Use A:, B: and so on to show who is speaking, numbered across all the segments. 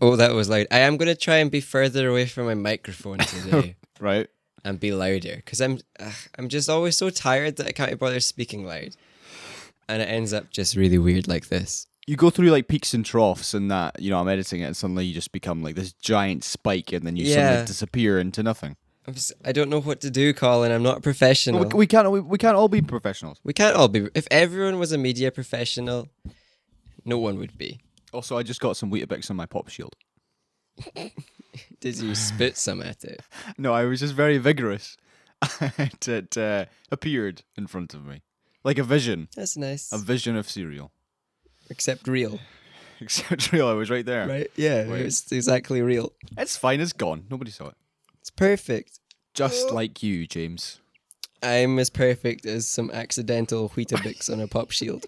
A: Oh, that was loud. I am going to try and be further away from my microphone today
B: right?
A: and be louder because I'm ugh, I'm just always so tired that I can't bother speaking loud, and it ends up just really weird like this.
B: You go through like peaks and troughs and that, you know, I'm editing it and suddenly you just become like this giant spike and then you
A: Yeah.
B: suddenly disappear into nothing.
A: I'm just, I don't know what to do, Colin. I'm not a professional.
B: We, we can't we, we can't all be professionals.
A: we can't all be. If everyone was a media professional, no one would be.
B: Also, I just got some Weetabix on my pop shield.
A: Did you spit some at it?
B: No, I was just very vigorous. it it, uh, appeared in front of me. Like a vision.
A: That's nice.
B: A vision of cereal.
A: Except real,
B: Except real, I was right there.
A: right? Yeah,
B: Wait.
A: it's exactly real.
B: It's fine, it's gone. Nobody saw it.
A: It's perfect.
B: Just like you, James.
A: I'm as perfect as some accidental Weetabix on a pop shield.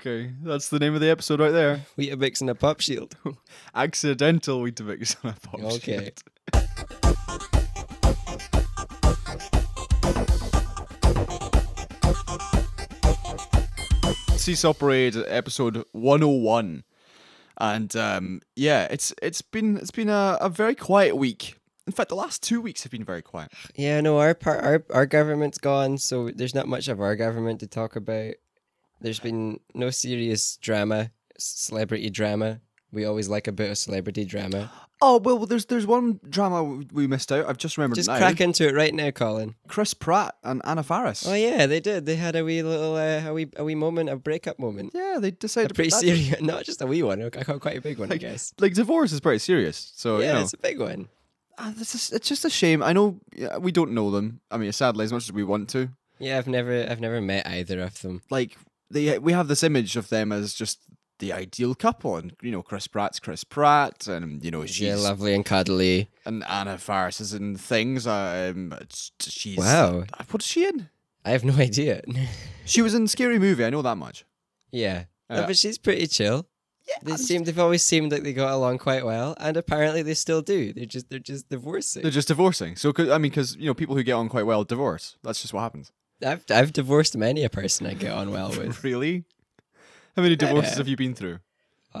B: Okay, that's the name of the episode right there.
A: Weetabix on a pop shield. Oh,
B: Accidental Weetabix on a pop
A: Okay.
B: shield. Seesaw Parade episode 101. And um, yeah, it's it's been it's been a, a very quiet week. In fact, the last two weeks have been very quiet.
A: Yeah, no, our part, our our government's gone, so there's not much of our government to talk about. There's been no serious drama, s- celebrity drama. We always like a bit of celebrity drama.
B: Oh well, there's there's one drama we we missed out. I've just remembered
A: Just
B: now.
A: crack into it right now, Colin.
B: Chris Pratt and Anna Faris.
A: Oh yeah, they did. They had a wee little uh, a wee a wee moment, a breakup moment.
B: yeah, they decided
A: A pretty
B: that-
A: serious, not just a wee one. a- Quite a big one, I guess.
B: like divorce is pretty serious. So you
A: Oh, Yeah,
B: know,
A: it's a big one.
B: Ah, this is- it's just a shame. I know yeah, we don't know them. I mean, sadly, as much as we want to,
A: Yeah, I've never I've never met either of them.
B: like they we have this image of them as just the ideal couple, and you know, Chris Pratt's Chris Pratt, and you know, she's
A: Yeah, lovely and cuddly.
B: and Anna Faris is in things. Um, it's- she's
A: Wow.
B: What's she in?
A: I have no idea.
B: She was in Scary Movie. I know that much.
A: yeah. No,
B: Yeah.
A: but she's pretty chill.
B: Yeah,
A: They
B: Uh, I'm just-
A: seem they've always seemed like they got along quite well, and apparently they still do. They're just they're just divorcing.
B: they're just divorcing. So 'cause- I mean, because you know, people who get on quite well divorce. That's just what happens.
A: I've I've divorced many a person I get on well with.
B: Really? How many divorces
A: Yeah.
B: have you been through?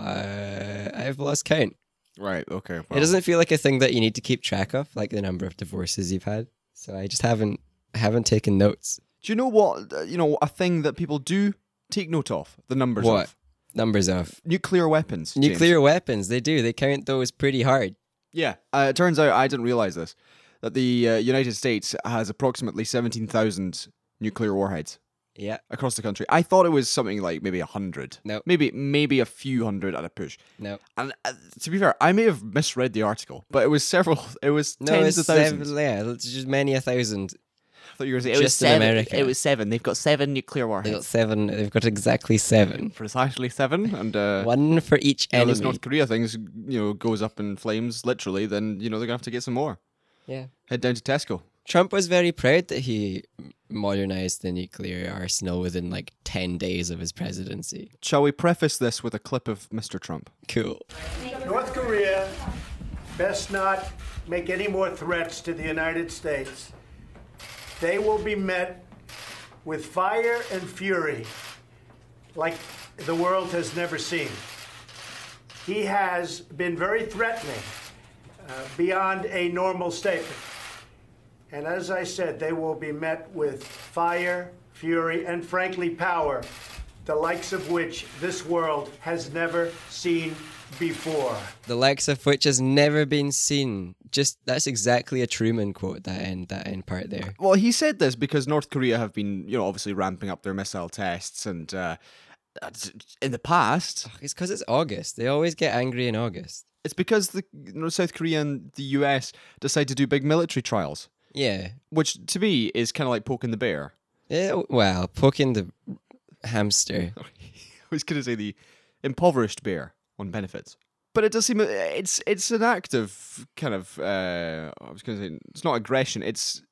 A: Uh, I've lost count.
B: Right. Okay.
A: It
B: well.
A: doesn't feel like a thing that you need to keep track of, like the number of divorces you've had. So I just haven't I haven't taken notes.
B: Do you know what? uh, You know a thing that people do take note of the numbers.
A: What?
B: Of?
A: Numbers of
B: Nuclear weapons. James.
A: nuclear weapons. They do. They count those pretty hard.
B: Yeah. Uh, it turns out I didn't realize this that the uh, United States has approximately seventeen thousand nuclear warheads
A: Yeah.
B: across the country. I thought it was something like maybe a hundred.
A: No.
B: Maybe maybe a few hundred at a push.
A: No.
B: And uh, to be fair, I may have misread the article, but it was several. It was
A: No,
B: tens
A: it's
B: of thousands.
A: seven- yeah, it's just many a thousand.
B: I thought you were saying
C: It was
A: just in
C: seven.
A: America.
C: It was seven. They've got seven nuclear
A: They've
C: warheads.
A: got seven. They've got exactly seven.
B: precisely seven and. Uh,
A: One for each
B: you know,
A: enemy.
B: this North Korea thing's you know goes up in flames literally, then you know they're gonna have to get some more.
A: Yeah.
B: Head down to Tesco.
A: Trump was very proud that he modernized the nuclear arsenal within like 10 days of his presidency.
B: Shall we preface this with a clip of Mr. Trump?
A: Cool.
D: North Korea best not make any more threats to the United States. They will be met with fire and fury like the world has never seen. He has been very threatening uh, beyond a normal statement. And as I said, they will be met with fire, fury, and frankly, power, the likes of which this world has never seen before.
A: The likes of which has never been seen. Just that's exactly a Truman quote that end that end part there.
B: Well, he said this because North Korea have been you know obviously ramping up their missile tests and uh, that's- in the past
A: It's cuz it's August. They always get angry in August.
B: it's because the you know, South Korea and the U.S. decide to do big military trials,
A: Yeah.
B: which to me is kind of like poking the bear.
A: Yeah, well, poking the hamster.
B: I was going to say the impoverished bear on benefits. But it does seem uh, it's it's an act of kind of uh, I was going to say it's not aggression. It's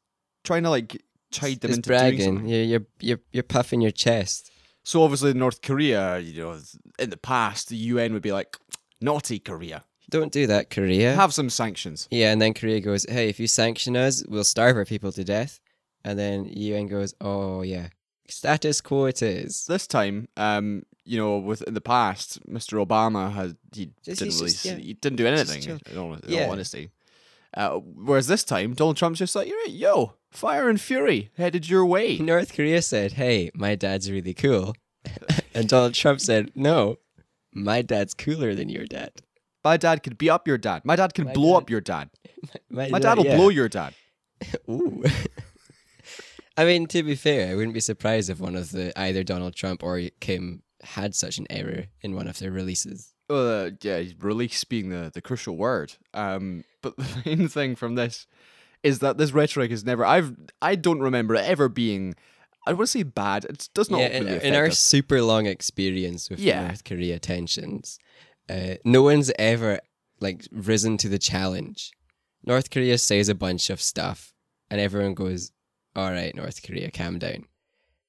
B: trying to like chide them
A: It's
B: into doing
A: bragging.
B: something.
A: You're, you're you're you're puffing your chest.
B: So obviously North Korea, you know, in the past the UN would be like naughty Korea,
A: Don't do that, Korea.
B: have some sanctions.
A: Yeah, and then Korea goes, "Hey, if you sanction us, we'll starve our people to death." And then UN goes, "Oh yeah, status quo it is."
B: This time, um, you know, with in the past, Mr. Obama had he
A: Just-
B: didn't
A: he's
B: really
A: just-
B: s-
A: yeah.
B: he didn't do
A: Just
B: anything.
A: chill.
B: in all, in all
A: Yeah.
B: honesty. Uh, whereas this time, Donald Trump's just like, yo, fire and fury headed your way.
A: North Korea said, "Hey, my dad's really cool," and Donald Trump said, "No, my dad's cooler than your dad.
B: My dad could beat up your dad. My dad could
A: My
B: blow
A: dad-
B: up your dad. My dad will
A: yeah.
B: blow your dad.
A: Ooh. I mean, to be fair, I wouldn't be surprised if one of the either Donald Trump or Kim had such an error in one of their releases.
B: Uh, yeah, release being the, the crucial word. Um, but the main thing from this is that this rhetoric is never. I've I don't remember it ever being. I want to say bad. It does not.
A: yeah, in,
B: really
A: in
B: affect
A: our
B: us.
A: super long experience with
B: Yeah.
A: North Korea tensions, uh, no one's ever like risen to the challenge. North Korea says a bunch of stuff, and everyone goes, "All right, North Korea, calm down."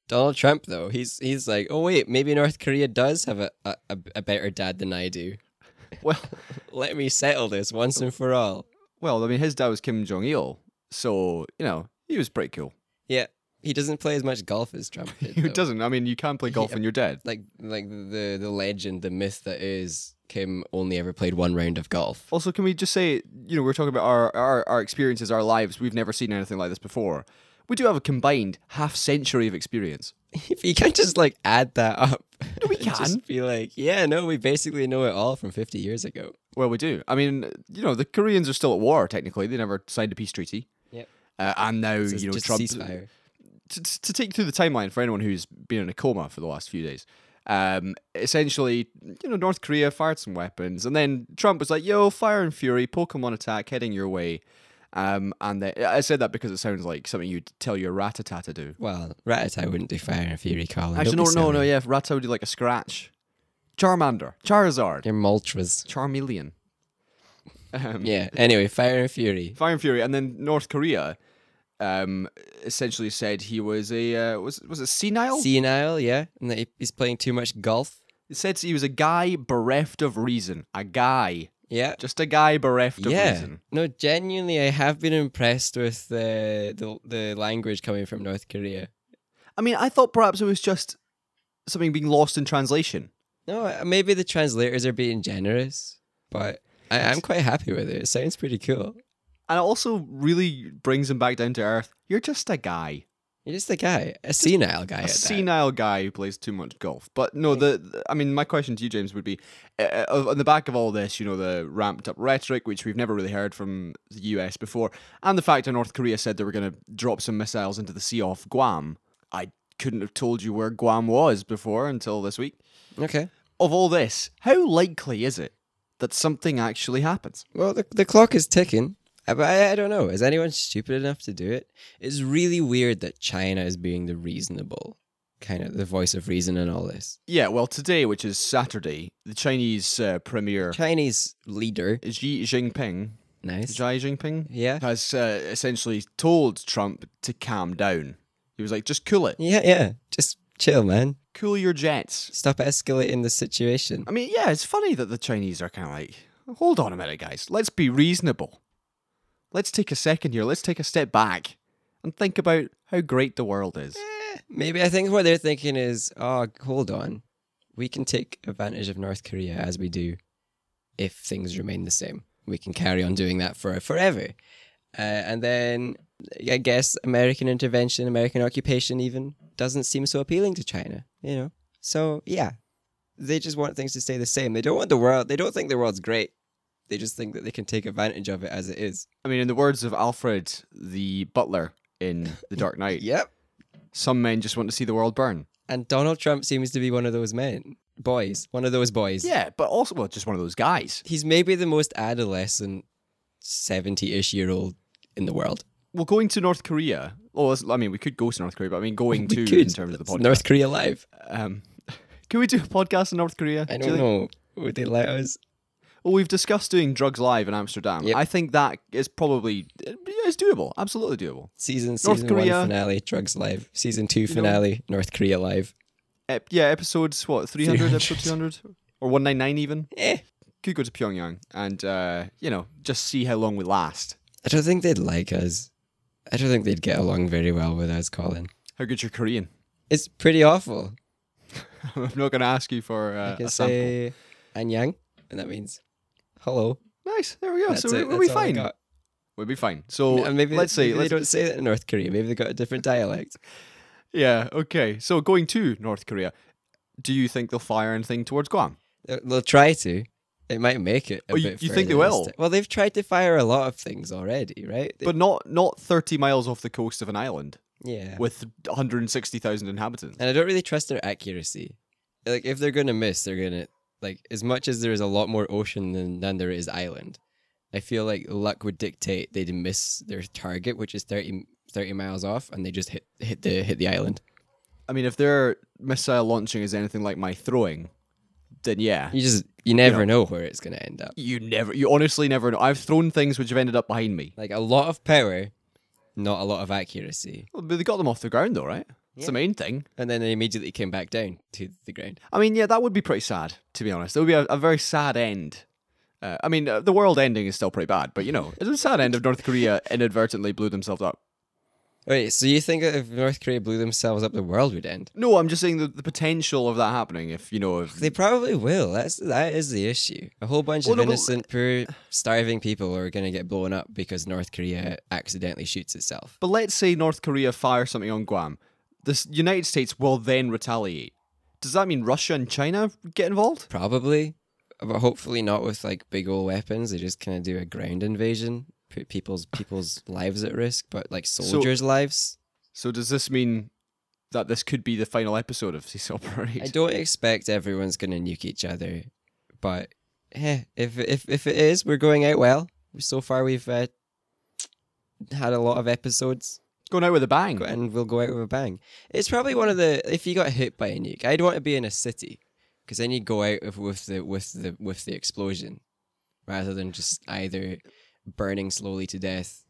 A: Donald Trump, though, he's he's like, "Oh wait, maybe North Korea does have a a, a- a better dad than I do.
B: well,
A: Let me settle this once and for all."
B: well, I mean, his dad was Kim Jong Il, so you know he was pretty cool.
A: Yeah, he doesn't play as much golf as Trump did.
B: Who
A: though.
B: doesn't? I mean, you can't play golf when you're dead.
A: Like like the the legend, the myth that is Kim only ever played one round of golf.
B: Also, can we just say, you know, we're talking about our, our, our experiences, our lives. We've never seen anything like this before. We do have a combined half century of experience.
A: you can't just like add that up. We
B: can.
A: just be like, yeah, no, we basically know it all from fifty years ago.
B: Well, we do. I mean, you know, the Koreans are still at war, technically. They never signed a peace treaty.
A: Yep.
B: Uh, and now,
A: It's
B: you know,
A: just
B: Trump.
A: ceasefire.
B: to, to to take through the timeline for anyone who's been in a coma for the last few days, um, essentially, you know, North Korea fired some weapons, and then Trump was like, "Yo, fire and fury, Pokemon attack heading your way." Um, and then I said that because it sounds like something you'd tell your Ratata to do.
A: Well, Rattata wouldn't do fire and fury, Colin.
B: Actually, no,
A: Don't be
B: no, no,
A: silly.
B: yeah, if Rattata would do like a scratch, Charmander, Charizard,
A: They're Moltres.
B: Charmeleon. Um,
A: Yeah. Anyway, fire and fury.
B: Fire and Fury, and then North Korea, um, essentially said he was a uh, was was it senile?
A: Senile, yeah, and that he- he's playing too much golf.
B: It said he was a guy bereft of reason. A guy.
A: Yeah.
B: Just a guy bereft of
A: yeah.
B: reason.
A: No, genuinely, I have been impressed with the, the the language coming from North Korea.
B: I mean, I thought perhaps it was just something being lost in translation.
A: No, uh, maybe the translators are being generous, but I, I'm quite happy with it. It sounds pretty cool.
B: And it also really brings him back down to earth. You're just a guy.
A: You're just a guy, a senile guy.
B: A
A: at that.
B: senile guy who plays too much golf. But no, the, the- I mean, my question to you, James, would be uh, uh, on the back of all this, you know, the ramped up rhetoric, which we've never really heard from the US before, and the fact that North Korea said they were going to drop some missiles into the sea off Guam. I couldn't have told you where Guam was before until this week.
A: Okay.
B: Of all this, how likely is it that something actually happens?
A: Well, the, the clock is ticking. Uh, But I, I don't know. Is anyone stupid enough to do it? It's really weird that China is being the reasonable, kind of the voice of reason in all this.
B: Yeah, well, today, which is Saturday, the Chinese uh, Premier
A: Chinese leader,
B: Xi Jinping,
A: nice.
B: Xi Jinping,
A: Yeah.
B: has uh, essentially told Trump to calm down. He was like, just cool it.
A: Yeah, yeah. Just chill, man.
B: Cool your jets.
A: Stop escalating the situation.
B: I mean, yeah, it's funny that the Chinese are kind of like, hold on a minute, guys. Let's be reasonable. Let's take a second here. Let's take a step back and think about how great the world is.
A: Maybe I think what they're thinking is, oh, hold on. We can take advantage of North Korea as we do if things remain the same. We can carry on doing that for forever. Uh, and then I guess American intervention, American occupation even doesn't seem so appealing to China, you know? So yeah, they just want things to stay the same. They don't want the world, they don't think the world's great. They just think that they can take advantage of it as it is.
B: I mean, in the words of Alfred the butler in The Dark Knight,
A: Yep.
B: some men just want to see the world burn.
A: And Donald Trump seems to be one of those men, boys, one of those boys.
B: Yeah, but also, well, just one of those guys.
A: he's maybe the most adolescent 70-ish year old in the world
B: Well, going to North Korea. Well, I mean, we could go to North Korea, but I mean, going to
A: Good.
B: in terms of the
A: That's
B: podcast.
A: north korea live
B: Um, can we do a podcast in North Korea?
A: i
B: Do you
A: don't
B: think-
A: know would they let us
B: Well, we've discussed doing drugs live in Amsterdam.
A: Yep.
B: I think that is probably yeah, it's doable. Absolutely doable.
A: season
B: North
A: season
B: Korea.
A: one finale drugs live season two
B: know-
A: finale north korea live
B: Ep- yeah, episodes what three hundred, episode two hundred, or one nine nine even.
A: eh
B: Could go to Pyongyang and uh, you know just see how long we last.
A: i don't think they'd like us i don't think they'd get along very well with us colin
B: How good's your Korean?
A: it's pretty awful
B: I'm not going to ask you for uh,
A: I can
B: a sample.
A: say Anyang, and that means hello.
B: Nice. There we go.
A: That's
B: so we-
A: it.
B: we'll be
A: That's all I
B: fine.
A: got.
B: We'll be fine. So
A: and maybe
B: let's say
A: maybe
B: let's,
A: they don't say that in North Korea. Maybe they got a different dialect.
B: Yeah. Okay. So going to North Korea, do you think they'll fire anything towards Guam?
A: They'll, Uh, they'll try to. It might make it. A
B: Oh, you-
A: bit
B: you think they
A: further this
B: will?
A: ti- Well, they've tried to fire a lot of things already, right? They-
B: But not not 30 miles off the coast of an island
A: yeah,
B: with 160,000 inhabitants.
A: and I don't really trust their accuracy. Like, if they're gonna miss, they're gonna like as much as there is a lot more ocean than than there is island. I feel like luck would dictate they'd miss their target, which is 30, 30 miles off, and they just hit hit the hit the island.
B: I mean, if their missile launching is anything like my throwing, then yeah.
A: You just you never know where it's gonna end up.
B: You never, you honestly never know. I've thrown things which have ended up behind me.
A: Like a lot of power, not a lot of accuracy,
B: Well, but they got them off the ground though, right? It's the main thing.
A: and then they immediately came back down to the ground.
B: I mean, yeah, that would be pretty sad, to be honest. It would be a, a very sad end. Uh, I mean, uh, the world ending is still pretty bad, but you know, it's a sad end if North Korea inadvertently blew themselves up.
A: Wait, so you think that if North Korea blew themselves up, the world would end?
B: No, I'm just saying the, the potential of that happening. If you know, if
A: They probably will. That's that is the issue. A whole bunch
B: Well,
A: of
B: no, but-
A: innocent, poor, starving people are going to get blown up because North Korea accidentally shoots itself.
B: but let's say North Korea fire something on Guam, the s- United States will then retaliate. Does that mean Russia and China get involved?
A: Probably, but hopefully not with like big old weapons. They just kind of do a ground invasion, put people's people's lives at risk, but like soldiers' lives.
B: So does this mean that this could be the final episode of Cease
A: I
B: Operate?
A: don't expect everyone's going to nuke each other, but eh, if if if it is, we're going out well. So far, we've uh, had a lot of episodes.
B: Going out with a bang.
A: and we'll go out with a bang. It's probably one of the if you got hit by a nuke, I'd want to be in a city because then you go out of, with the with the with the explosion rather than just either burning slowly to death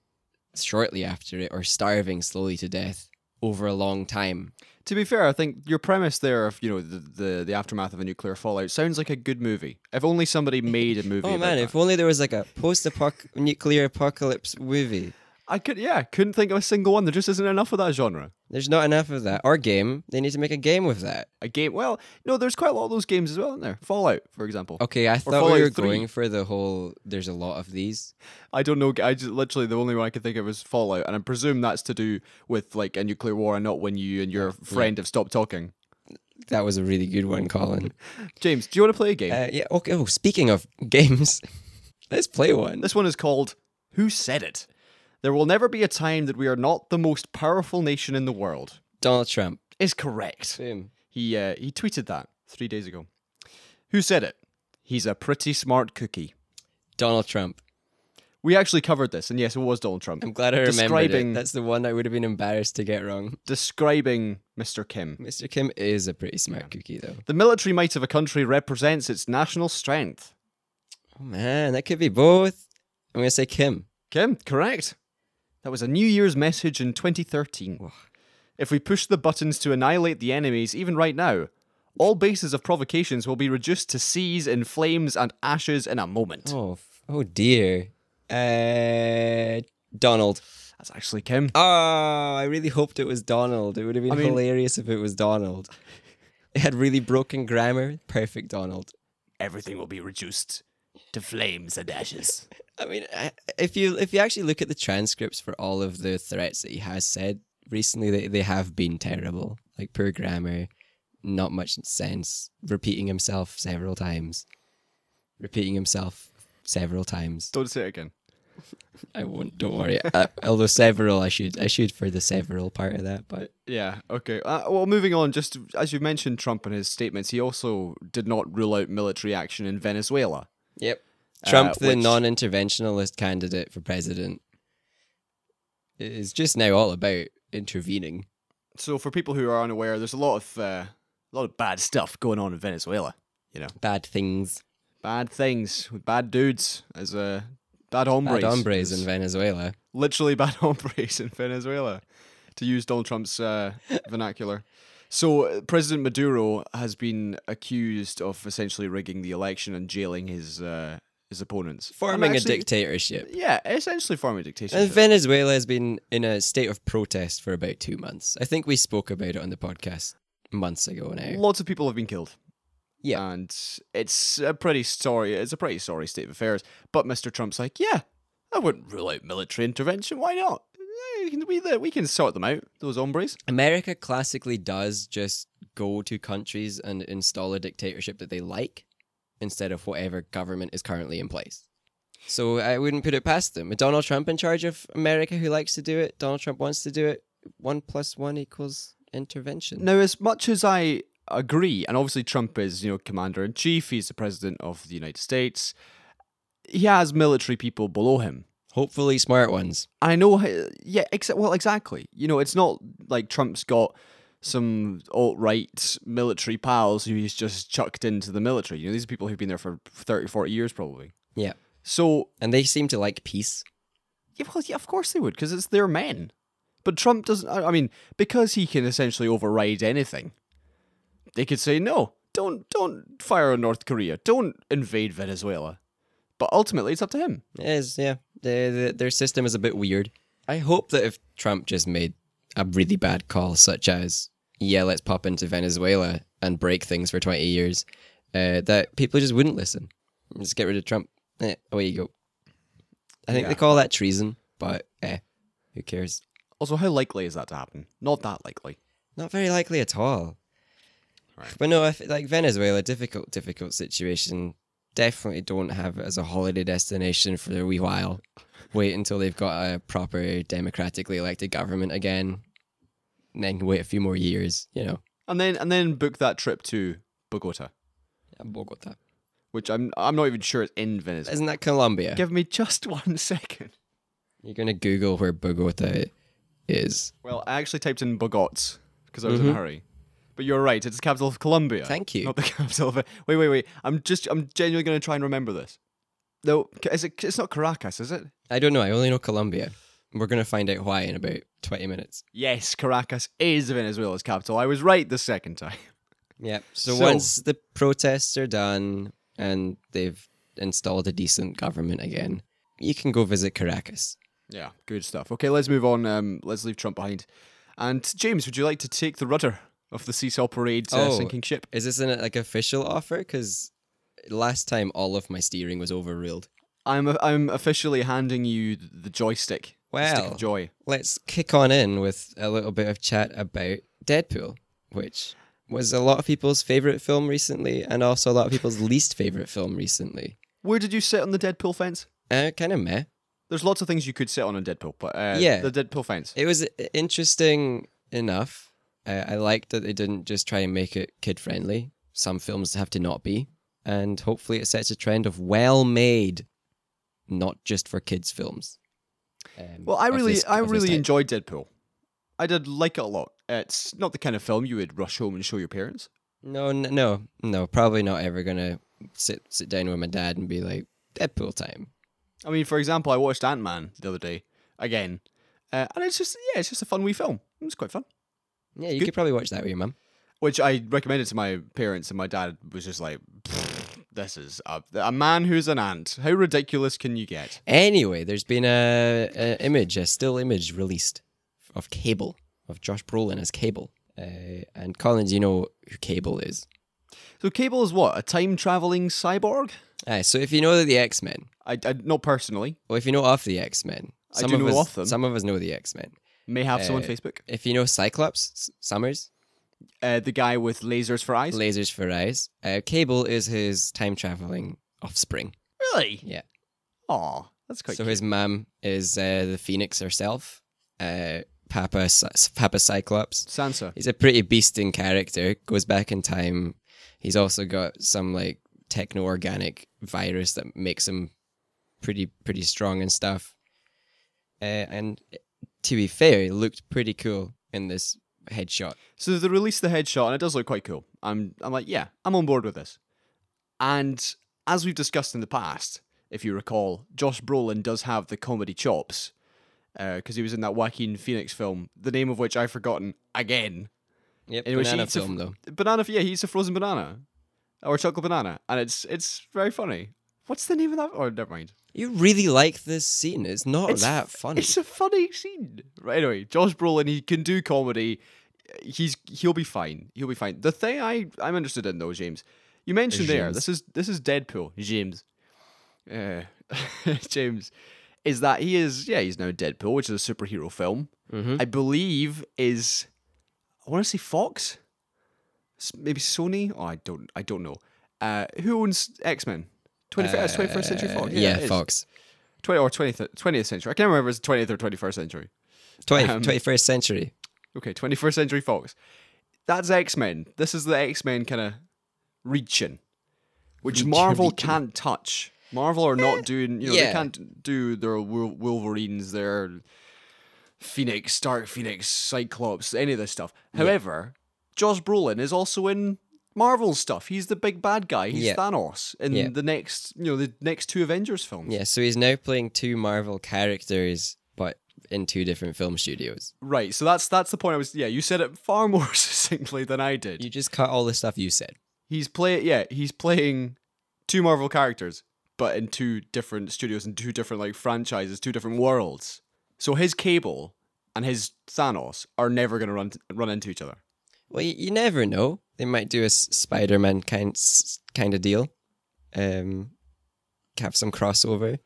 A: shortly after it or starving slowly to death over a long time.
B: To be fair, I think your premise there of you know the, the the aftermath of a nuclear fallout sounds like a good movie. If only somebody made a movie.
A: Oh
B: about
A: man,
B: that.
A: if only there was like a post apoc nuclear apocalypse movie.
B: I could yeah, couldn't think of a single one. There just isn't enough of that genre.
A: There's not enough of that. Or game. They need to make a game with that.
B: A game. Well, no, there's quite a lot of those games as well, isn't there? Fallout, for example.
A: Okay, I thought
B: Fallout
A: we were
B: 3.
A: going for the whole there's a lot of these.
B: I don't know. I just literally the only one I could think of was Fallout, and I presume that's to do with like a nuclear war, and not when you and your friend have stopped talking.
A: That was a really good one, Colin.
B: James, do you want to play a game?
A: Uh, yeah. Okay. Oh, speaking of games, let's play one.
B: This one is called "Who Said It." There will never be a time that we are not the most powerful nation in the world.
A: Donald Trump.
B: Is correct.
A: Boom.
B: He uh, he tweeted that three days ago. Who said it? He's a pretty smart cookie.
A: Donald Trump.
B: We actually covered this, and yes, it was Donald Trump
A: I'm glad I remembered
B: Describing-
A: it. That's the one I would have been embarrassed to get wrong.
B: describing Mr. Kim.
A: Mr. Kim is a pretty smart cookie, though.
B: The military might of a country represents its national strength.
A: Oh man, that could be both. I'm gonna say Kim.
B: Kim, correct. That was a New Year's message in 2013. If we push the buttons to annihilate the enemies, even right now, all bases of provocations will be reduced to seas in flames and ashes in a moment.
A: Oh. f- Oh dear. Uh, Donald.
B: That's actually Kim.
A: Oh, I really hoped it was Donald. It would have been
B: I mean-
A: hilarious if it was Donald. It had really broken grammar. Perfect Donald.
C: Everything will be reduced to flames and ashes.
A: I mean, I- if you if you actually look at the transcripts for all of the threats that he has said recently, they, they have been terrible. Like poor grammar, not much sense, repeating himself several times, repeating himself several times.
B: Don't say it again.
A: I won't. Don't worry. uh, although several, I should I should for the several part of that, but
B: Yeah. Okay. Uh, well, moving on. Just as you mentioned, Trump and his statements, he also did not rule out military action in Venezuela.
A: yep. Trump,
B: Uh,
A: the
B: which-
A: non-interventionalist candidate for president, is just now all about intervening.
B: So, for people who are unaware, there's a lot of uh, a lot of bad stuff going on in Venezuela. You know,
A: Bad things.
B: bad things, with bad dudes, as uh, bad hombres,
A: Bad hombres
B: as
A: in Venezuela.
B: literally bad hombres in Venezuela, to use Donald Trump's uh, vernacular. So, uh, President Maduro has been accused of essentially rigging the election and jailing his uh, his opponents, I'm
A: forming
B: actually-
A: a dictatorship.
B: Yeah, essentially forming a dictatorship.
A: And Venezuela has been in a state of protest for about two months. I think we spoke about it on the podcast. months ago now.
B: Lots of people have been killed.
A: Yeah.
B: And it's a pretty sorry it's a pretty sorry state of affairs. But Mr. Trump's like, yeah, I wouldn't rule out military intervention. Why not? Eh, We can, we- we can sort them out, those hombres.
A: America classically does just go to countries and install a dictatorship that they like instead of whatever government is currently in place. So I wouldn't put it past them. Donald Trump in charge of America who likes to do it. Donald Trump wants to do it. One plus one equals intervention.
B: Now, as much as I agree, and obviously Trump is, you know, commander in chief, he's the president of the United States, he has military people below him.
A: Hopefully smart ones.
B: I know, h- yeah, exa- well, exactly. You know, it's not like Trump's got some alt right military pals who he's just chucked into the military. You know, these are people who've been there for 30, 40 years probably.
A: Yeah.
B: So,
A: And they seem to like peace.
B: yeah, well, yeah, of course they would, because it's their men. But Trump doesn't, I I mean, because he can essentially override anything, they could say, no, don't, don't fire on North Korea, don't invade Venezuela. But ultimately, it's up to him.
A: It is, yeah. Their, their- their system is a bit weird. I hope that if Trump just made a really bad call, such as, yeah, let's pop into Venezuela and break things for 20 years, uh, that people just wouldn't listen. Just get rid of Trump. Eh, away you go. I think they call that treason, but eh, who cares?
B: Also, how likely is that to happen? Not that likely.
A: Not very likely at all. But no, I th- like Venezuela, difficult, difficult situation. Definitely don't have it as a holiday destination for a wee while. Wait until they've got a proper democratically elected government again. And then wait a few more years, you know.
B: and then and then book that trip to Bogota,
A: Bogota.
B: which I'm I'm not even sure it's in Venezuela.
A: Isn't that Colombia?
B: Give me just one second.
A: You're going to Google where Bogota is.
B: Well, I actually typed in Bogots because I was in a hurry. But you're right; it's the capital of Colombia.
A: Thank you.
B: Not the capital of. Wait, wait, wait! I'm just I'm genuinely going to try and remember this. No, c- is it? It's not Caracas, is it?
A: I don't know. I only know Colombia. We're going to find out why in about 20 minutes.
B: Yes, Caracas is Venezuela's capital. I was right the second time.
A: Yep. So,
B: So-
A: once the protests are done and they've installed a decent government again, you can go visit Caracas.
B: Yeah, good stuff. Okay, let's move on. Um, let's leave Trump behind. And James, would you like to take the rudder of the Seesaw Parade's uh,
A: Oh.
B: sinking ship?
A: Is this an like official offer? Because last time all of my steering was overruled.
B: I'm I'm officially handing you the joystick. the stick
A: Well.
B: of joy.
A: Let's kick on in with a little bit of chat about Deadpool, which was a lot of people's favorite film recently, and also a lot of people's least favorite film recently.
B: Where did you sit on the Deadpool fence?
A: Uh, kind of meh.
B: There's lots of things you could sit on a Deadpool, but uh,
A: Yeah.
B: the Deadpool fence.
A: It was interesting enough. Uh, I liked that they didn't just try and make it kid friendly. Some films have to not be. And hopefully it sets a trend of well made, not just for kids films. um,
B: well, I
A: of
B: really
A: this-
B: I
A: of this
B: really
A: type.
B: enjoyed Deadpool. I did like it a lot. It's not the kind of film you would rush home and show your parents.
A: No, n- no, no. Probably not ever gonna sit sit down with my dad and be like Deadpool time.
B: I mean, for example, I watched Ant Man the other day again, uh, and it's just yeah, it's just a fun wee film. It was quite fun.
A: Yeah, you
B: Good.
A: could probably watch that with your mum.
B: which I recommended to my parents, and my dad was just like, "Pfft, "This is a, a man who's an ant. How ridiculous can you get?"
A: Anyway, there's been a, a image, a still image released of Cable, of Josh Brolin as Cable. Uh, and Collins, you know who Cable is.
B: So Cable is what a time traveling cyborg.
A: Uh, so if you know the X Men,
B: I, I not personally
A: or if you know of the X Men,
B: I do
A: of
B: know
A: us,
B: of them.
A: Some of us know the X Men.
B: may have some on
A: Uh,
B: Facebook.
A: If you know Cyclops, S- Summers,
B: Uh, the guy with lasers for eyes.
A: lasers for eyes, uh, Cable is his time traveling offspring.
C: Really?
A: Yeah.
B: Aw, that's quite.
A: so
B: cute.
A: his mum is uh, the Phoenix herself, uh, Papa Cy- Papa Cyclops.
B: Sansa.
A: He's a pretty beast in character. Goes back in time. He's also got some like techno organic virus that makes him pretty pretty strong and stuff. Uh, and to be fair, he looked pretty cool in this headshot.
B: So they released the headshot, and it does look quite cool. I'm, I'm like, yeah, I'm on board with this. And as we've discussed in the past, if you recall, Josh Brolin does have the comedy chops because he was in that Joaquin Phoenix film, the name of which I've forgotten again.
A: Yep,
B: In which he
A: banana
B: eats a
A: film
B: fr-
A: though.
B: Banana, yeah, he eats a frozen banana or a chocolate banana, and it's it's very funny. What's the name of that? Oh, never mind.
A: You really like this scene. It's not
B: It's
A: that
B: f-
A: funny.
B: It's a funny scene. Right, anyway, Josh Brolin, he can do comedy. he's he'll be fine. He'll be fine. The thing I I'm interested in though, James, you mentioned there.
A: James.
B: This is this is Deadpool, James. Uh, James, is that he is? Yeah, he's now Deadpool, which is a superhero film.
A: Mm-hmm.
B: I believe is I want to say Fox, S- maybe Sony. Oh, I don't I don't know. Uh, who owns X Men? 21st, uh, 21st Century Fox.
A: yeah,
B: it is.
A: Fox.
B: 20 or 20th, 20th century. I can't remember if it's 20th or 21st century.
A: 20,
B: Um,
A: 21st century.
B: Okay, 21st Century Fox. That's X Men. This is the X Men kind of reaching, which Marvel can't touch. Marvel are not doing, you know, they
A: Eh, yeah.
B: can't do their Wol- Wolverines, their Phoenix, Stark Phoenix, Cyclops, any of this stuff. However, Josh Brolin is also in Marvel stuff. He's the big bad guy. He's
A: Yeah.
B: Thanos in
A: Yeah.
B: the next, you know, the next two Avengers films.
A: Yeah, so he's now playing two Marvel characters, but in two different film studios.
B: Right. So that's that's the point I was. Yeah, you said it far more succinctly than I did.
A: You just cut all the stuff you said.
B: He's play yeah, he's playing two Marvel characters, but in two different studios and two different like franchises, two different worlds. So his Cable and his Thanos are never gonna run run into each other.
A: Well, you, you never know. They might do a s- Spider-Man kind s- kind of deal. Um, have some crossover.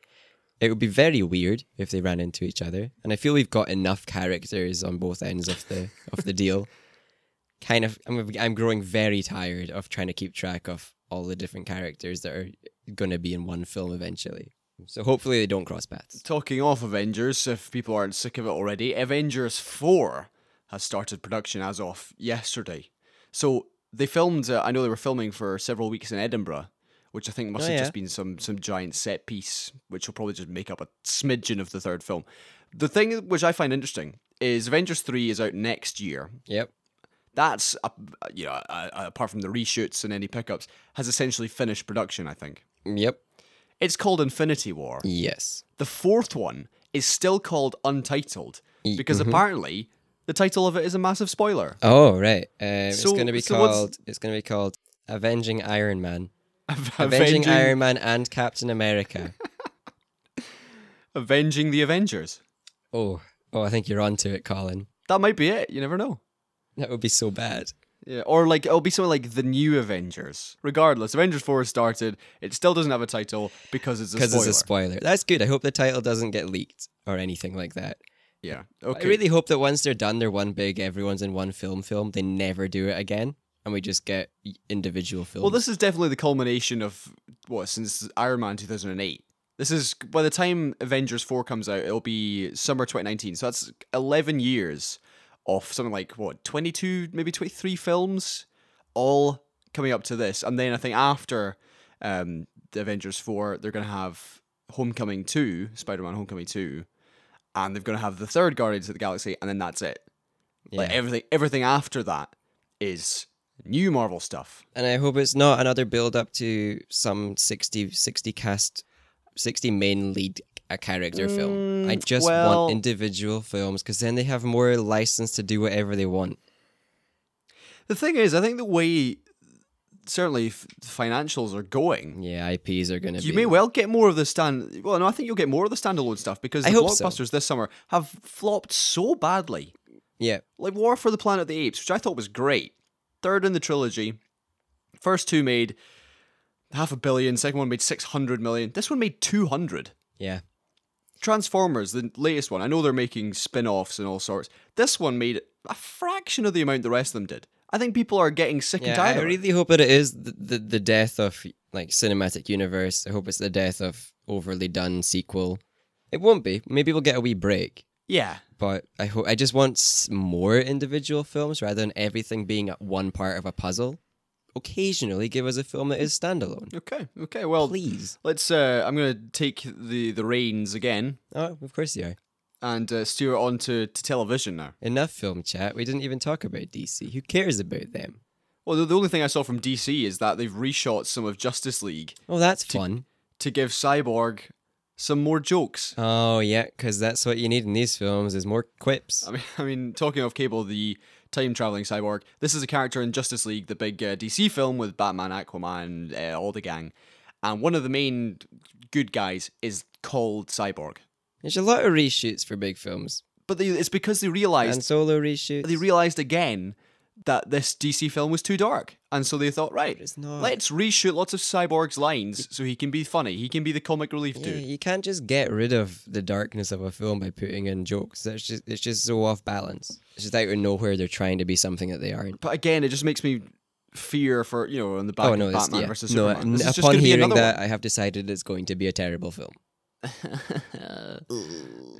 A: It would be very weird if they ran into each other, and I feel we've got enough characters on both ends of the of the deal. Kind of, I'm I'm growing very tired of trying to keep track of all the different characters that are going to be in one film eventually. So hopefully they don't cross paths.
B: Talking off Avengers, if people aren't sick of it already, Avengers 4 has started production as of yesterday. So they filmed, uh, I know they were filming for several weeks in Edinburgh, which I think must
A: Oh,
B: have
A: yeah.
B: just been some, some giant set piece, which will probably just make up a smidgen of the third film. The thing which I find interesting is Avengers 3 is out next year.
A: Yep.
B: That's, uh, you know, uh, uh, apart from the reshoots and any pickups, has essentially finished production, I think.
A: Yep.
B: It's called Infinity War.
A: Yes.
B: The fourth one is still called Untitled
A: E-
B: because
A: mm-hmm.
B: apparently the title of it is a massive spoiler.
A: Oh right, um, it's
B: So-
A: going to be
B: so what's-
A: called. It's going to be called Avenging Iron Man, Avenging,
B: Avenging,
A: Iron Man and Captain America.
B: Avenging the Avengers.
A: oh, oh, I think you're onto it, Colin.
B: That might be it. You never know.
A: That would be so bad.
B: Yeah, or like it'll be something like the new Avengers. Regardless, Avengers Four has started. It still doesn't have a title because it's a
A: Because
B: spoiler.
A: it's a spoiler. That's good. I hope the title doesn't get leaked or anything like that.
B: yeah. Okay.
A: I really hope that once they're done, they're one big, everyone's in one film film. They never do it again, and we just get individual films.
B: Well, this is definitely the culmination of what since Iron Man 2008. This is by the time Avengers 4 comes out, it'll be summer 2019. So that's 11 years of something like what 22, maybe 23 films all coming up to this. And then I think after um, the Avengers 4, they're going to have Homecoming 2, Spider-Man Homecoming 2, and they're going to have the third Guardians of the Galaxy and then that's it. Like
A: Yeah.
B: everything everything after that is new Marvel stuff.
A: and I hope it's not another build up to some 60, 60 cast, 60 main lead a character film. I just
B: Mm, well-
A: want individual films because then they have more license to do whatever they want.
B: The thing is, I think the way certainly f- financials are going,
A: Yeah, IPs are going to be.
B: you may well get more of the stand. Well, no, I think you'll get more of the standalone stuff because the
A: I hope so.
B: blockbusters this summer have flopped so badly.
A: Yeah.
B: Like War for the Planet of the Apes, which I thought was great, third in the trilogy, first two made half a billion, second one made six hundred million. This one made two hundred.
A: Yeah.
B: Transformers, the latest one. I know they're making spin-offs and all sorts. This one made a fraction of the amount the rest of them did. I think people are getting sick and
A: Yeah.
B: tired.
A: I
B: of it.
A: really hope that it is the, the, the death of like cinematic universe. I hope it's the death of overly done sequel. It won't be. Maybe we'll get a wee break.
B: Yeah,
A: But I hope I just want s- more individual films rather than everything being at one part of a puzzle. Occasionally, give us a film that is standalone,
B: Okay. Okay. Well,
A: please.
B: let's. Uh, I'm going to take the the reins again
A: Oh, of course you are.
B: and uh, steer it on to, to television now.
A: Enough film chat. We didn't even talk about DC. Who cares about them?
B: Well, the, the only thing I saw from DC is that they've reshot some of Justice League
A: Oh, that's fun.
B: to give Cyborg some more jokes.
A: Oh yeah, because that's what you need in these films is more quips.
B: I mean, I mean, talking of Cable, the time traveling cyborg. This is a character in Justice League, the big uh, DC film with Batman, Aquaman, uh, all the gang, and one of the main good guys is called Cyborg.
A: There's a lot of reshoots for big films.
B: But they, it's because they realized
A: and Solo reshoots.
B: they realized again that this DC film was too dark, and so they thought, right,
A: it's not.
B: let's reshoot lots of Cyborg's lines so he can be funny. He can be the comic relief
A: yeah,
B: dude.
A: you can't just get rid of the darkness of a film by putting in jokes. That's just it's just so off balance. It's just out of nowhere they're trying to be something that they aren't.
B: But again, it just makes me fear for you know on the back
A: oh no,
B: of
A: this,
B: Batman
A: yeah.
B: versus
A: no.
B: Superman.
A: n-
B: this is just
A: upon
B: going to be
A: hearing
B: another
A: that, I have decided it's going to be a terrible film.
B: one.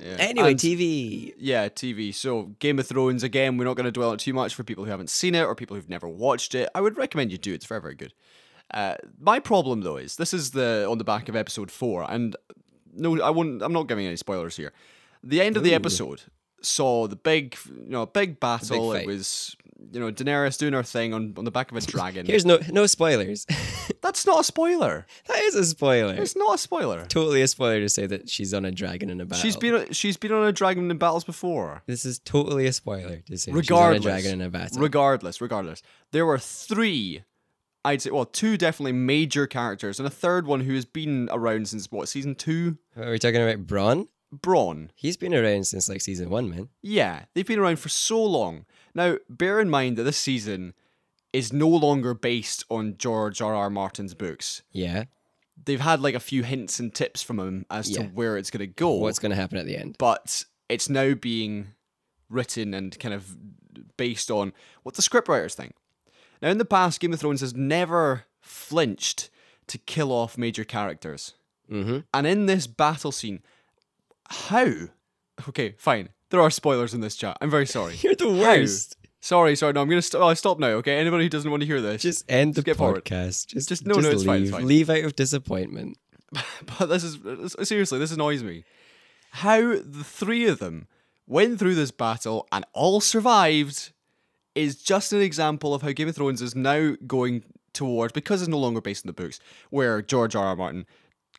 B: Yeah.
A: Anyway,
B: And-
A: TV.
B: yeah, TV. So Game of Thrones again. We're not going to dwell on it too much for people who haven't seen it or people who've never watched it. I would recommend you do. It's very very good. Uh, my problem though is this is the on the back of episode four, and no, I won't. I'm not giving any spoilers here. The end of the episode saw the big, you know, big battle.
A: fight.
B: it was you know Daenerys doing her thing on, on the back of a dragon.
A: Here's no no spoilers.
B: That's not a spoiler.
A: that is a spoiler.
B: It's not a spoiler.
A: totally a spoiler to say that she's on a dragon in a battle.
B: She's been she's been on a dragon in battles before.
A: This is totally a spoiler to say that she's on a
B: regardless,
A: dragon in a battle.
B: regardless, regardless, there were three. I'd say, well, two definitely major characters, and a third one who has been around since what season two?
A: Are we talking about Braun?
B: Braun.
A: He's been around since like season one, man.
B: Yeah, they've been around for so long. Now, bear in mind that this season is no longer based on George R. R. Martin's books.
A: Yeah.
B: They've had like a few hints and tips from him as to
A: Yeah.
B: where it's going to go.
A: What's going to happen at the end?
B: but it's now being written and kind of based on what the scriptwriters think. Now, in the past, Game of Thrones has never flinched to kill off major characters.
A: Mm-hmm.
B: And in this battle scene, how? Okay, fine. There are spoilers in this chat. I'm very sorry.
A: You're the
B: How?
A: worst.
B: Sorry, sorry. No, I'm gonna st- oh, stop now. Okay, anybody who doesn't want to hear this,
A: Just end the
B: Skip forward.
A: podcast. Just,
B: Just- no, no, it's
A: leave.
B: fine, it's fine.
A: Leave out of disappointment.
B: but this is seriously this annoys me how the three of them went through this battle and all survived is just an example of how game of thrones is now going towards because it's no longer based on the books where george r r martin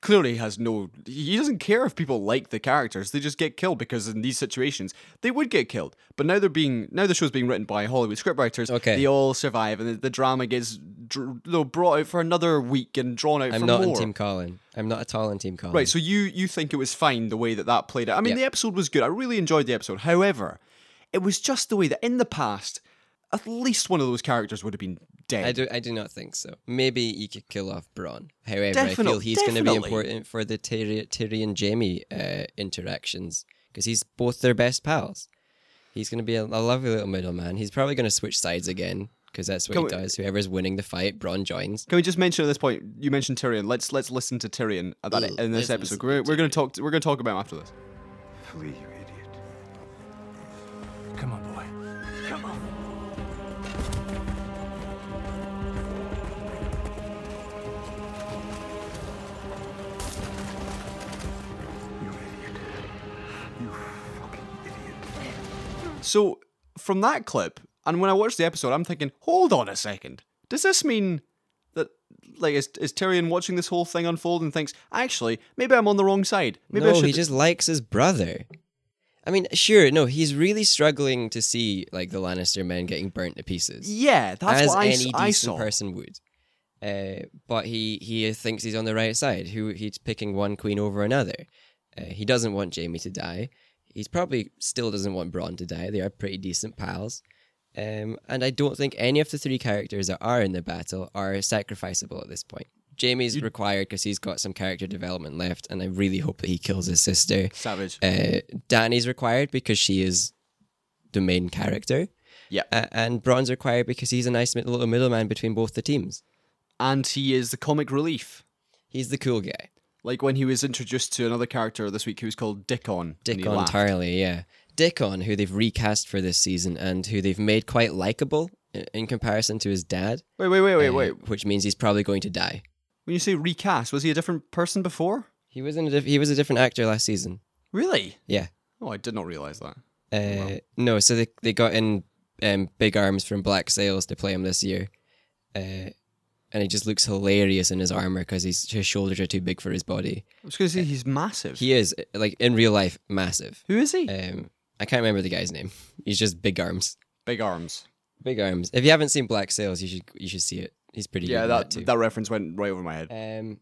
B: clearly has no he doesn't care if people like the characters they just get killed because in these situations they would get killed but now they're being now the show's being written by hollywood scriptwriters
A: Okay.
B: they all survive and the, the drama gets dr- you know, brought out for another week and drawn out
A: I'm
B: for
A: not
B: more
A: on Team Colin. I'm not at all on Team Colin.
B: Right, so you you think it was fine the way that that played out. I mean,
A: Mm. Yeah.
B: the episode was good. I really enjoyed the episode. However, it was just the way that in the past, at least one of those characters would have been dead.
A: I do. I do not think so. Maybe you could kill off Braun. However, I feel
B: Definite-
A: he's going to be
B: definitely.
A: important for the Tyri- Tyrion Jamie uh, interactions because he's both their best pals. He's going to be a, a lovely little middleman. He's probably going to switch sides again because that's what
B: Can
A: he
B: we-
A: does. Whoever's winning the fight, Braun joins.
B: Can we just mention at this point? You mentioned Tyrion. Let's let's listen to Tyrion at that, e,
A: Ugh,
B: in this
A: let's listen
B: episode.
A: to
B: We're, we're going to talk. We're going to talk about him after this.
E: Flee, you idiot.
C: Come on, boy.
E: You idiot. You fucking idiot.
B: So from that clip, and when I watched the episode, I'm thinking, hold on a second. Does this mean that like is, is Tyrion watching this whole thing unfold and thinks actually maybe I'm on the wrong side? Maybe I
A: no,
B: should.
A: he just likes his brother. I mean, sure, no, he's really struggling to see like the Lannister men getting burnt to pieces.
B: yeah, that's
A: as
B: what I, s-
A: any
B: I
A: decent
B: saw.
A: person would. Uh, but he he thinks he's on the right side. Who he's picking one queen over another. Uh, he doesn't want Jamie to die. He's probably still doesn't want Braun to die. They are pretty decent pals. Um, and I don't think any of the three characters that are in the battle are sacrificable at this point. Jamie's required because he's got some character development left, and I really hope that he kills his sister.
B: Savage.
A: Uh, Danny's required because she is the main character.
B: Yeah.
A: A- and Braun's required because he's a nice mid- little middleman between both the teams.
B: and he is the comic relief.
A: He's the cool guy.
B: Like when he was introduced to another character this week who was called Dickon. and he
A: Dickon
B: laughed.
A: Tarley, yeah. Dickon, who they've recast for this season and who they've made quite likable i- in comparison to his dad.
B: Wait, wait, wait, wait,
A: uh,
B: wait.
A: which means he's probably going to die.
B: When you say recast, was he a different person before?
A: He was in a diff- he was a different actor last season.
B: Really?
A: Yeah.
B: Oh, I did not realize that.
A: Uh, No, so they they got in um, Big Arms from Black Sails to play him this year, uh, and he just looks hilarious in his armor because his shoulders are too big for his body.
B: I was going to say he's massive.
A: Uh, He is uh, like in real life massive.
B: who is he?
A: Um, I can't remember the guy's name. He's just Big Arms.
B: Big arms.
A: Big Arms. If you haven't seen Black Sails, you should you should see it. He's pretty
B: Yeah,
A: good.
B: that
A: That, too.
B: that reference went right over my head.
A: Um,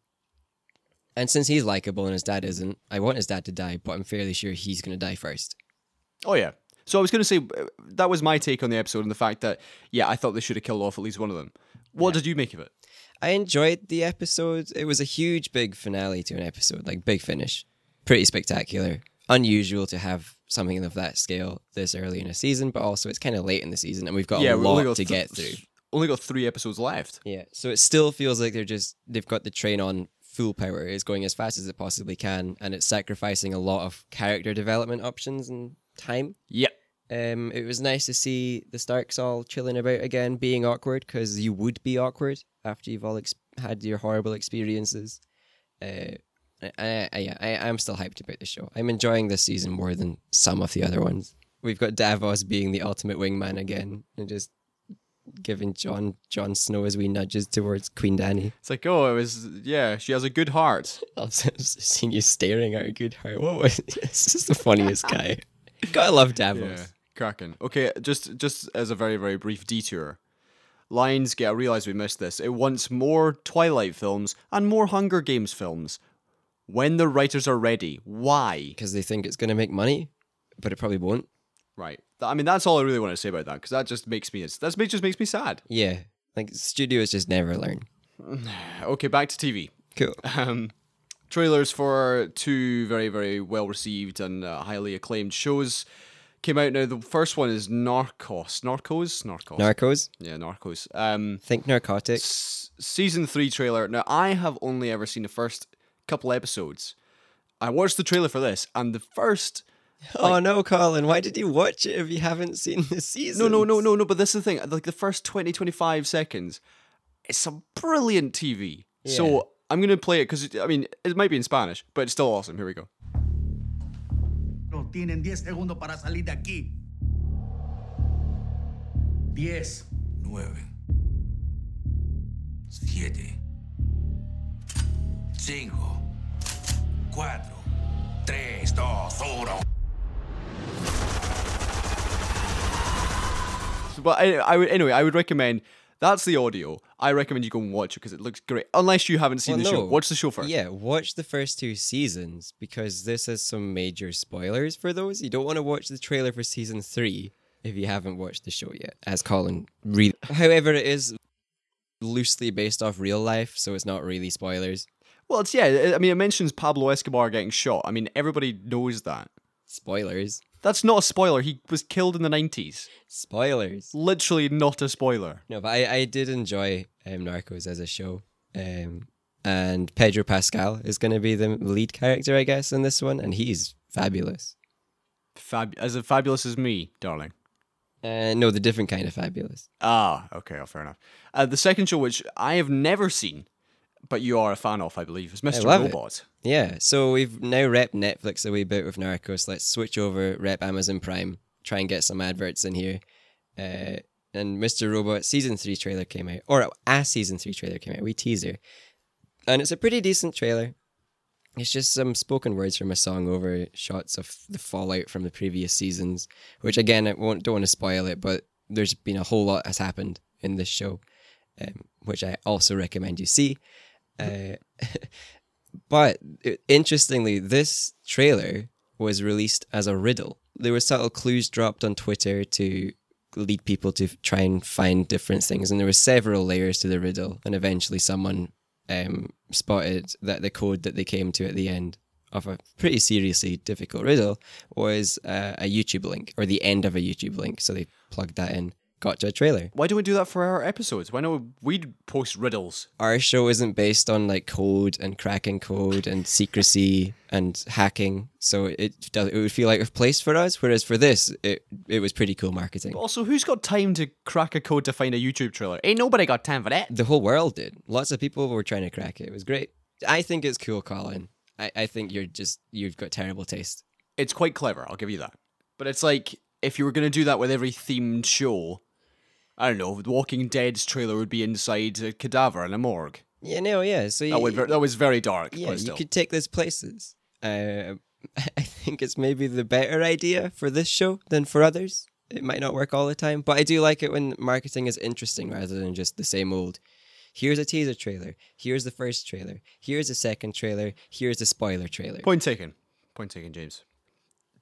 A: and since he's likable and his dad isn't, I want his dad to die, but I'm fairly sure he's gonna die first.
B: Oh yeah. So I was going to say uh, that was my take on the episode and the fact that yeah, I thought they should have killed off at least one of them. What did you make of it?
A: I enjoyed the episode. It was a huge, big finale to an episode, like big finish. Pretty spectacular. Unusual to have something of that scale this early in a season, but also it's kind of late in the season and we've got a
B: we
A: lot
B: only got
A: to
B: th-
A: get through.
B: Only got three episodes left.
A: Yeah, so it still feels like they're just they've got the train on full power. It's going as fast as it possibly can, and it's sacrificing a lot of character development options and time.
B: Yep.
A: Um, it was nice to see the Starks all chilling about again, being awkward because you would be awkward after you've all ex- had your horrible experiences. Uh, I, I, I, yeah, I, I'm still hyped about the show. I'm enjoying this season more than some of the other ones. We've got Davos being the ultimate wingman again and just giving John John Snow as we nudges towards Queen Danny.
B: It's like oh, it was yeah. She has a good heart.
A: I've seen you staring at a good heart. What was this? Is the funniest guy? Gotta love Davos.
B: Yeah, cracking. Okay, just just as a very very brief detour, Lions get. I realize we missed this. It wants more Twilight films and more Hunger Games films. When the writers are ready, why?
A: because they think it's going to make money, but it probably won't.
B: Right. Th- I mean, that's all I really want to say about that because that just makes me. That just makes me sad.
A: Yeah, like studios just never learn.
B: Okay, back to TV.
A: Cool.
B: um, trailers for two very, very well received and uh, highly acclaimed shows came out now. The first one is Narcos. Narcos? Narcos.
A: Narcos.
B: yeah, Narcos. Um,
A: Think narcotics.
B: s- season three trailer. Now, I have only ever seen the first couple episodes. I watched the trailer for this, and the first.
A: oh no, Colin! Why did you watch it if you haven't seen the season?
B: No, no, no, no, no, but this is the thing. Like the first 20, 25 seconds, it's some brilliant TV.
A: Yeah.
B: So I'm going to play it because, I mean, it might be in Spanish, but it's still awesome. Here we go.
F: No tienen 10 segundos para salir de aquí. 10,
G: 9, 7, 5, 4, 3, 2, 1.
B: So, but I, I would, anyway, I would recommend that's the audio. I recommend you go and watch it because it looks great. Unless you haven't seen
A: Well,
B: the show,
A: no.
B: watch the show first.
A: Yeah, watch the first two seasons because this has some major spoilers for those. You don't want to watch the trailer for season three if you haven't watched the show yet, as Colin really. However, it is loosely based off real life, so it's not really spoilers.
B: Well, it's yeah. it- I mean, it mentions Pablo Escobar getting shot. I mean, everybody knows that.
A: Spoilers.
B: That's not a spoiler. He was killed in the nineties.
A: Spoilers.
B: Literally not a spoiler.
A: No, but I, I did enjoy um, Narcos as a show. Um, and Pedro Pascal is going to be the lead character, I guess, in this one, and he's fabulous.
B: Fab- as fabulous as me, darling.
A: Uh, no, the different kind of fabulous.
B: Ah, okay, oh, fair enough. Uh, the second show, which I have never seen, but you are a fan of, I believe, is Mr.
A: love it.
B: Robot.
A: Yeah, so we've now rep Netflix a wee bit with Narcos. Let's switch over, rep Amazon Prime, try and get some adverts in here. Uh, and Mr. Robot season three trailer came out, or a season three trailer came out, we teaser, and it's a pretty decent trailer. It's just some spoken words from a song over shots of the fallout from the previous seasons, which again I won't don't want to spoil it, but there's been a whole lot has happened in this show, um, which I also recommend you see. Uh, but i- interestingly, this trailer was released as a riddle. There were subtle clues dropped on Twitter to lead people to f- try and find different things, and there were several layers to the riddle. And eventually, someone um, spotted that the code that they came to at the end of a pretty seriously difficult riddle was uh, a YouTube link or the end of a YouTube link. So they plugged that in, got to a trailer.
B: Why don't we do that for our episodes? Why don't we post riddles?
A: our show isn't based on like code and cracking code and secrecy and hacking, so it does, it would feel like a place for us. Whereas for this, it it was pretty cool marketing.
B: Also, who's got time to crack a code to find a YouTube trailer? Ain't nobody got time for that.
A: The whole world did. Lots of people were trying to crack it. It was great. I think it's cool, Colin. I, I think you're just you've got terrible taste.
B: It's quite clever, I'll give you that. But it's like if you were going to do that with every themed show, I don't know, The Walking Dead's trailer would be inside a cadaver in a morgue.
A: Yeah, no, yeah. So
B: That, would,
A: you,
B: that was very dark.
A: yeah,
B: but
A: you
B: still.
A: could take this places. Uh, I think it's maybe the better idea for this show than for others. It might not work all the time, but I do like it when marketing is interesting rather than just the same old. Here's a teaser trailer. Here's the first trailer. Here's the second trailer. Here's the spoiler trailer.
B: Point taken. Point taken, James.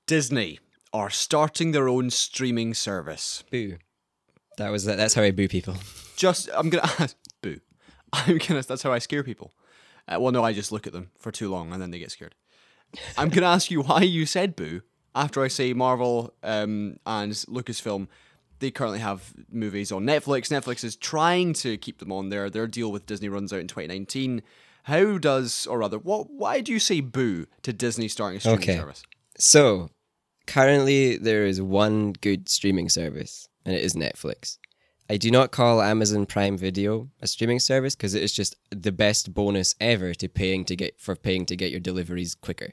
B: Disney are starting their own streaming service.
A: Boo. That was that's how I boo people.
B: Just, I'm gonna ask, boo. I'm gonna, that's how I scare people. Uh, well, no, I just look at them for too long and then they get scared. I'm gonna ask you why you said boo after I say Marvel um, and Lucasfilm. They currently have movies on Netflix. Netflix is trying to keep them on there. Their deal with Disney runs out in 2019. How does, or rather, what? Why do you say boo to Disney starting a streaming
A: Okay.
B: service?
A: So, currently there is one good streaming service, and it is Netflix. I do not call Amazon Prime Video a streaming service because it is just the best bonus ever to paying to get for paying to get your deliveries quicker.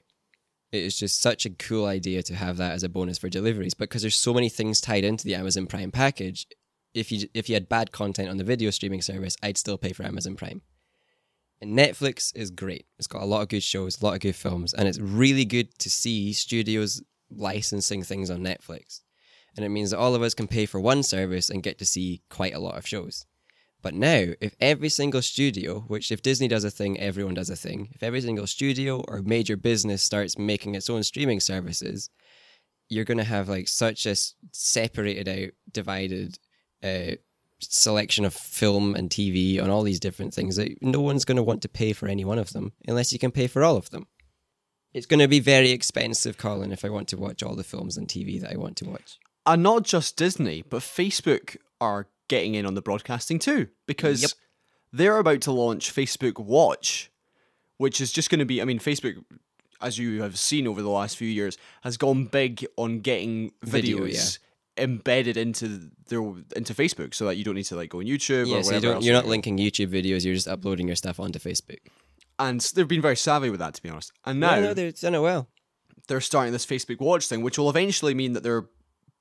A: It is just such a cool idea to have that as a bonus for deliveries, but because there's so many things tied into the Amazon Prime package, if you if you had bad content on the video streaming service, I'd still pay for Amazon Prime. And Netflix is great. It's got a lot of good shows, a lot of good films, and it's really good to see studios licensing things on Netflix. And it means that all of us can pay for one service and get to see quite a lot of shows. But now, if every single studio, which if Disney does a thing, everyone does a thing, if every single studio or major business starts making its own streaming services, you're going to have like such a s- separated out, divided uh, selection of film and TV on all these different things that no one's going to want to pay for any one of them unless you can pay for all of them. It's going to be very expensive, Colin, if I want to watch all the films and TV that I want to watch.
B: and not just Disney, but Facebook are getting in on the broadcasting too because
A: Yep.
B: they're about to launch Facebook Watch, which is just going to be. I mean, Facebook, as you have seen over the last few years, has gone big on getting videos.
A: Video,
B: Embedded into their into Facebook, so that you don't need to like go on YouTube or
A: Yeah, so
B: whatever.
A: you don't,
B: else
A: you're
B: you
A: not
B: do.
A: linking YouTube videos, you're just uploading your stuff onto Facebook.
B: and they've been very savvy with that, to be honest. And now
A: No, no, they've done it well.
B: they're starting this Facebook Watch thing, which will eventually mean that they're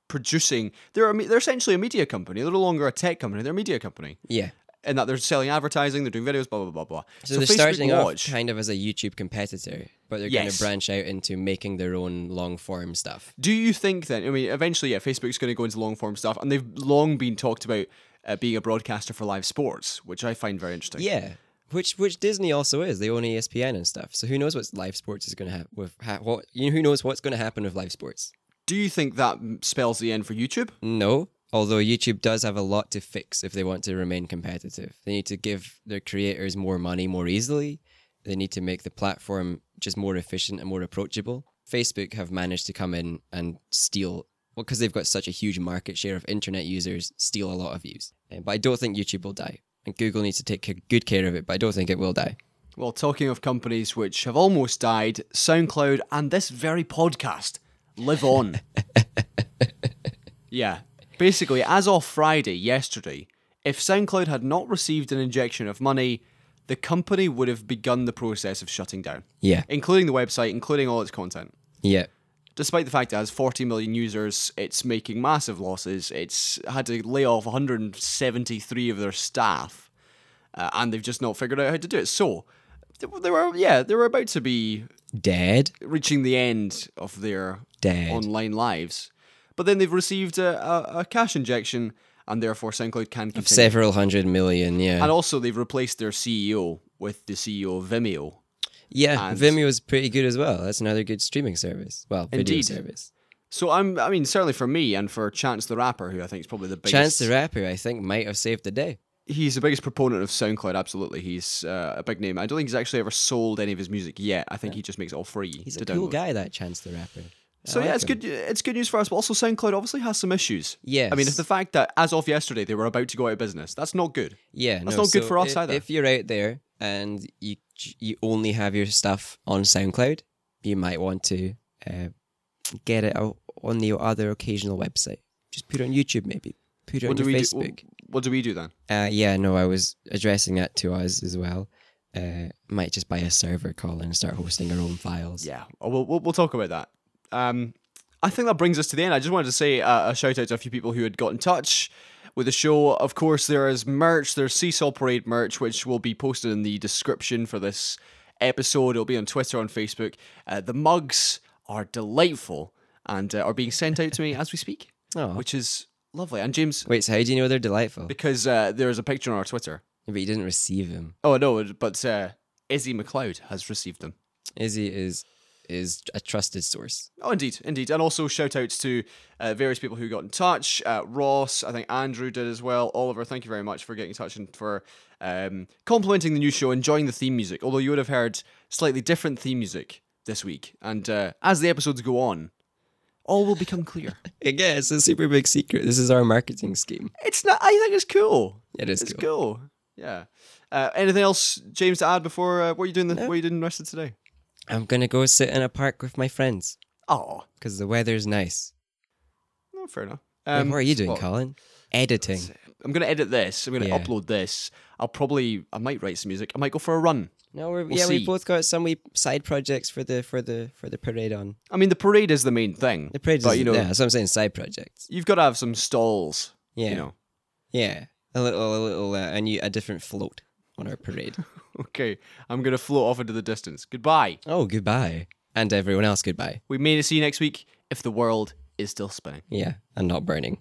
B: producing. They're a me- they're essentially a media company. They're no longer a tech company. They're a media company,
A: Yeah.
B: and that they're selling advertising. They're doing videos, blah blah blah blah.
A: So, they're
B: Facebook
A: starting
B: Watch,
A: off kind of as a YouTube competitor, but they're going
B: Yes.
A: to branch out into making their own long form stuff.
B: Do you think then? I mean, eventually, yeah, Facebook's going to go into long form stuff, and they've long been talked about uh, being a broadcaster for live sports, which I find very interesting.
A: Yeah, which which Disney also is. They own E ESPN and stuff. So who knows what live sports is going to happen with ha- what you know, who knows what's going to happen with live sports.
B: Do you think that spells the end for YouTube?
A: No, although YouTube does have a lot to fix if they want to remain competitive. They need to give their creators more money more easily. They need to make the platform just more efficient and more approachable. Facebook have managed to come in and steal well because they've got such a huge market share of internet users, steal a lot of views. Uh, But I don't think YouTube will die. And Google needs to take ca- good care of it, but I don't think it will die.
B: Well, talking of companies which have almost died, SoundCloud and this very podcast live on. yeah. Basically, as of Friday, yesterday, if SoundCloud had not received an injection of money, the company would have begun the process of shutting down,
A: Yeah.
B: including the website, including all its content.
A: Yeah.
B: Despite the fact it has 40 million users, it's making massive losses. It's had to lay off 173 of their staff, uh, and they've just not figured out how to do it. So, they they were yeah, they were about to be
A: Dead.
B: reaching the end of their
A: Dead.
B: online lives, but then they've received a, a, a cash injection, and therefore SoundCloud can continue.
A: Several hundred million, yeah.
B: and also, they've replaced their CEO with the CEO of Vimeo.
A: Yeah,
B: and-
A: Vimeo is pretty good as well. That's another good streaming service. Well,
B: Indeed.
A: video service.
B: So I'm, I mean, certainly for me and for Chance the Rapper, who I think is probably the biggest
A: Chance the Rapper, I think, might have saved the day.
B: he's the biggest proponent of SoundCloud. Absolutely, he's uh, a big name. I don't think he's actually ever sold any of his music yet. I think he just makes it all free.
A: He's
B: to
A: a cool
B: download.
A: guy, that Chance the Rapper. I
B: So yeah,
A: like
B: it's
A: him.
B: good. It's good news for us, but also SoundCloud obviously has some issues. I mean,
A: Yes.
B: it's the fact that as of yesterday they were about to go out of business. That's not good.
A: Yeah,
B: That's
A: no,
B: not good
A: so
B: for us
A: if,
B: either.
A: If you're out there and you you only have your stuff on SoundCloud, you might want to uh, get it out on the other occasional website. Just put it on YouTube, maybe. Put it
B: what
A: on
B: do
A: your
B: we do?
A: Facebook.
B: What, what do we do then?
A: Uh, yeah, no, I was addressing that to us as well. Uh, might just buy a server, Colin, and start hosting our own files.
B: Yeah, oh, we'll, we'll, we'll talk about that. Um, I think that brings us to the end. I just wanted to say uh, a shout out to a few people who had got in touch with the show. Of course, there is merch, there's Seesaw Parade merch, which will be posted in the description for this episode. It'll be on Twitter, on Facebook. Uh, the mugs are delightful and uh, are being sent out to me as we speak,
A: Aw.
B: which is lovely. And James,
A: Wait, so how do you know they're delightful?
B: because uh, there is a picture on our Twitter.
A: but you didn't receive them.
B: Oh, no, but uh, Izzy McLeod has received them.
A: Izzy is is a trusted source.
B: Oh, indeed, indeed. And also shout outs to uh, various people who got in touch. Uh, Ross, I think Andrew did as well. Oliver, thank you very much for getting in touch and for um, complimenting the new show, enjoying the theme music. Although you would have heard slightly different theme music this week. And uh, as the episodes go on, all will become clear.
A: I guess it's a super big secret. This is our marketing scheme.
B: it's not, I think it's cool.
A: It is
B: It's
A: cool.
B: cool. Yeah. Uh, anything else, James, to add before uh, what are you doing? The, What are you doing the rest of today?
A: I'm gonna go sit in a park with my friends
B: Oh,
A: because the weather's nice.
B: no, fair enough. Um,
A: Wait, what are you doing,
B: well,
A: Colin? Editing.
B: I'm gonna edit this. I'm gonna
A: Yeah.
B: upload this. I'll probably I might write some music. I might go for a run.
A: No, we're,
B: We'll
A: yeah,
B: see.
A: we both got some wee side projects for the for the for the parade on
B: I mean, the parade is the main thing.
A: the parade.
B: but
A: is,
B: you know,
A: yeah, that's what I'm saying. Side projects.
B: you've got to have some stalls.
A: Yeah,
B: You know.
A: yeah. A little, a little, uh, a new, a different float on our parade.
B: Okay, I'm gonna float off into the distance. Goodbye.
A: oh, goodbye, and everyone else, goodbye.
B: We may see you next week if the world is still spinning.
A: Yeah, and not burning.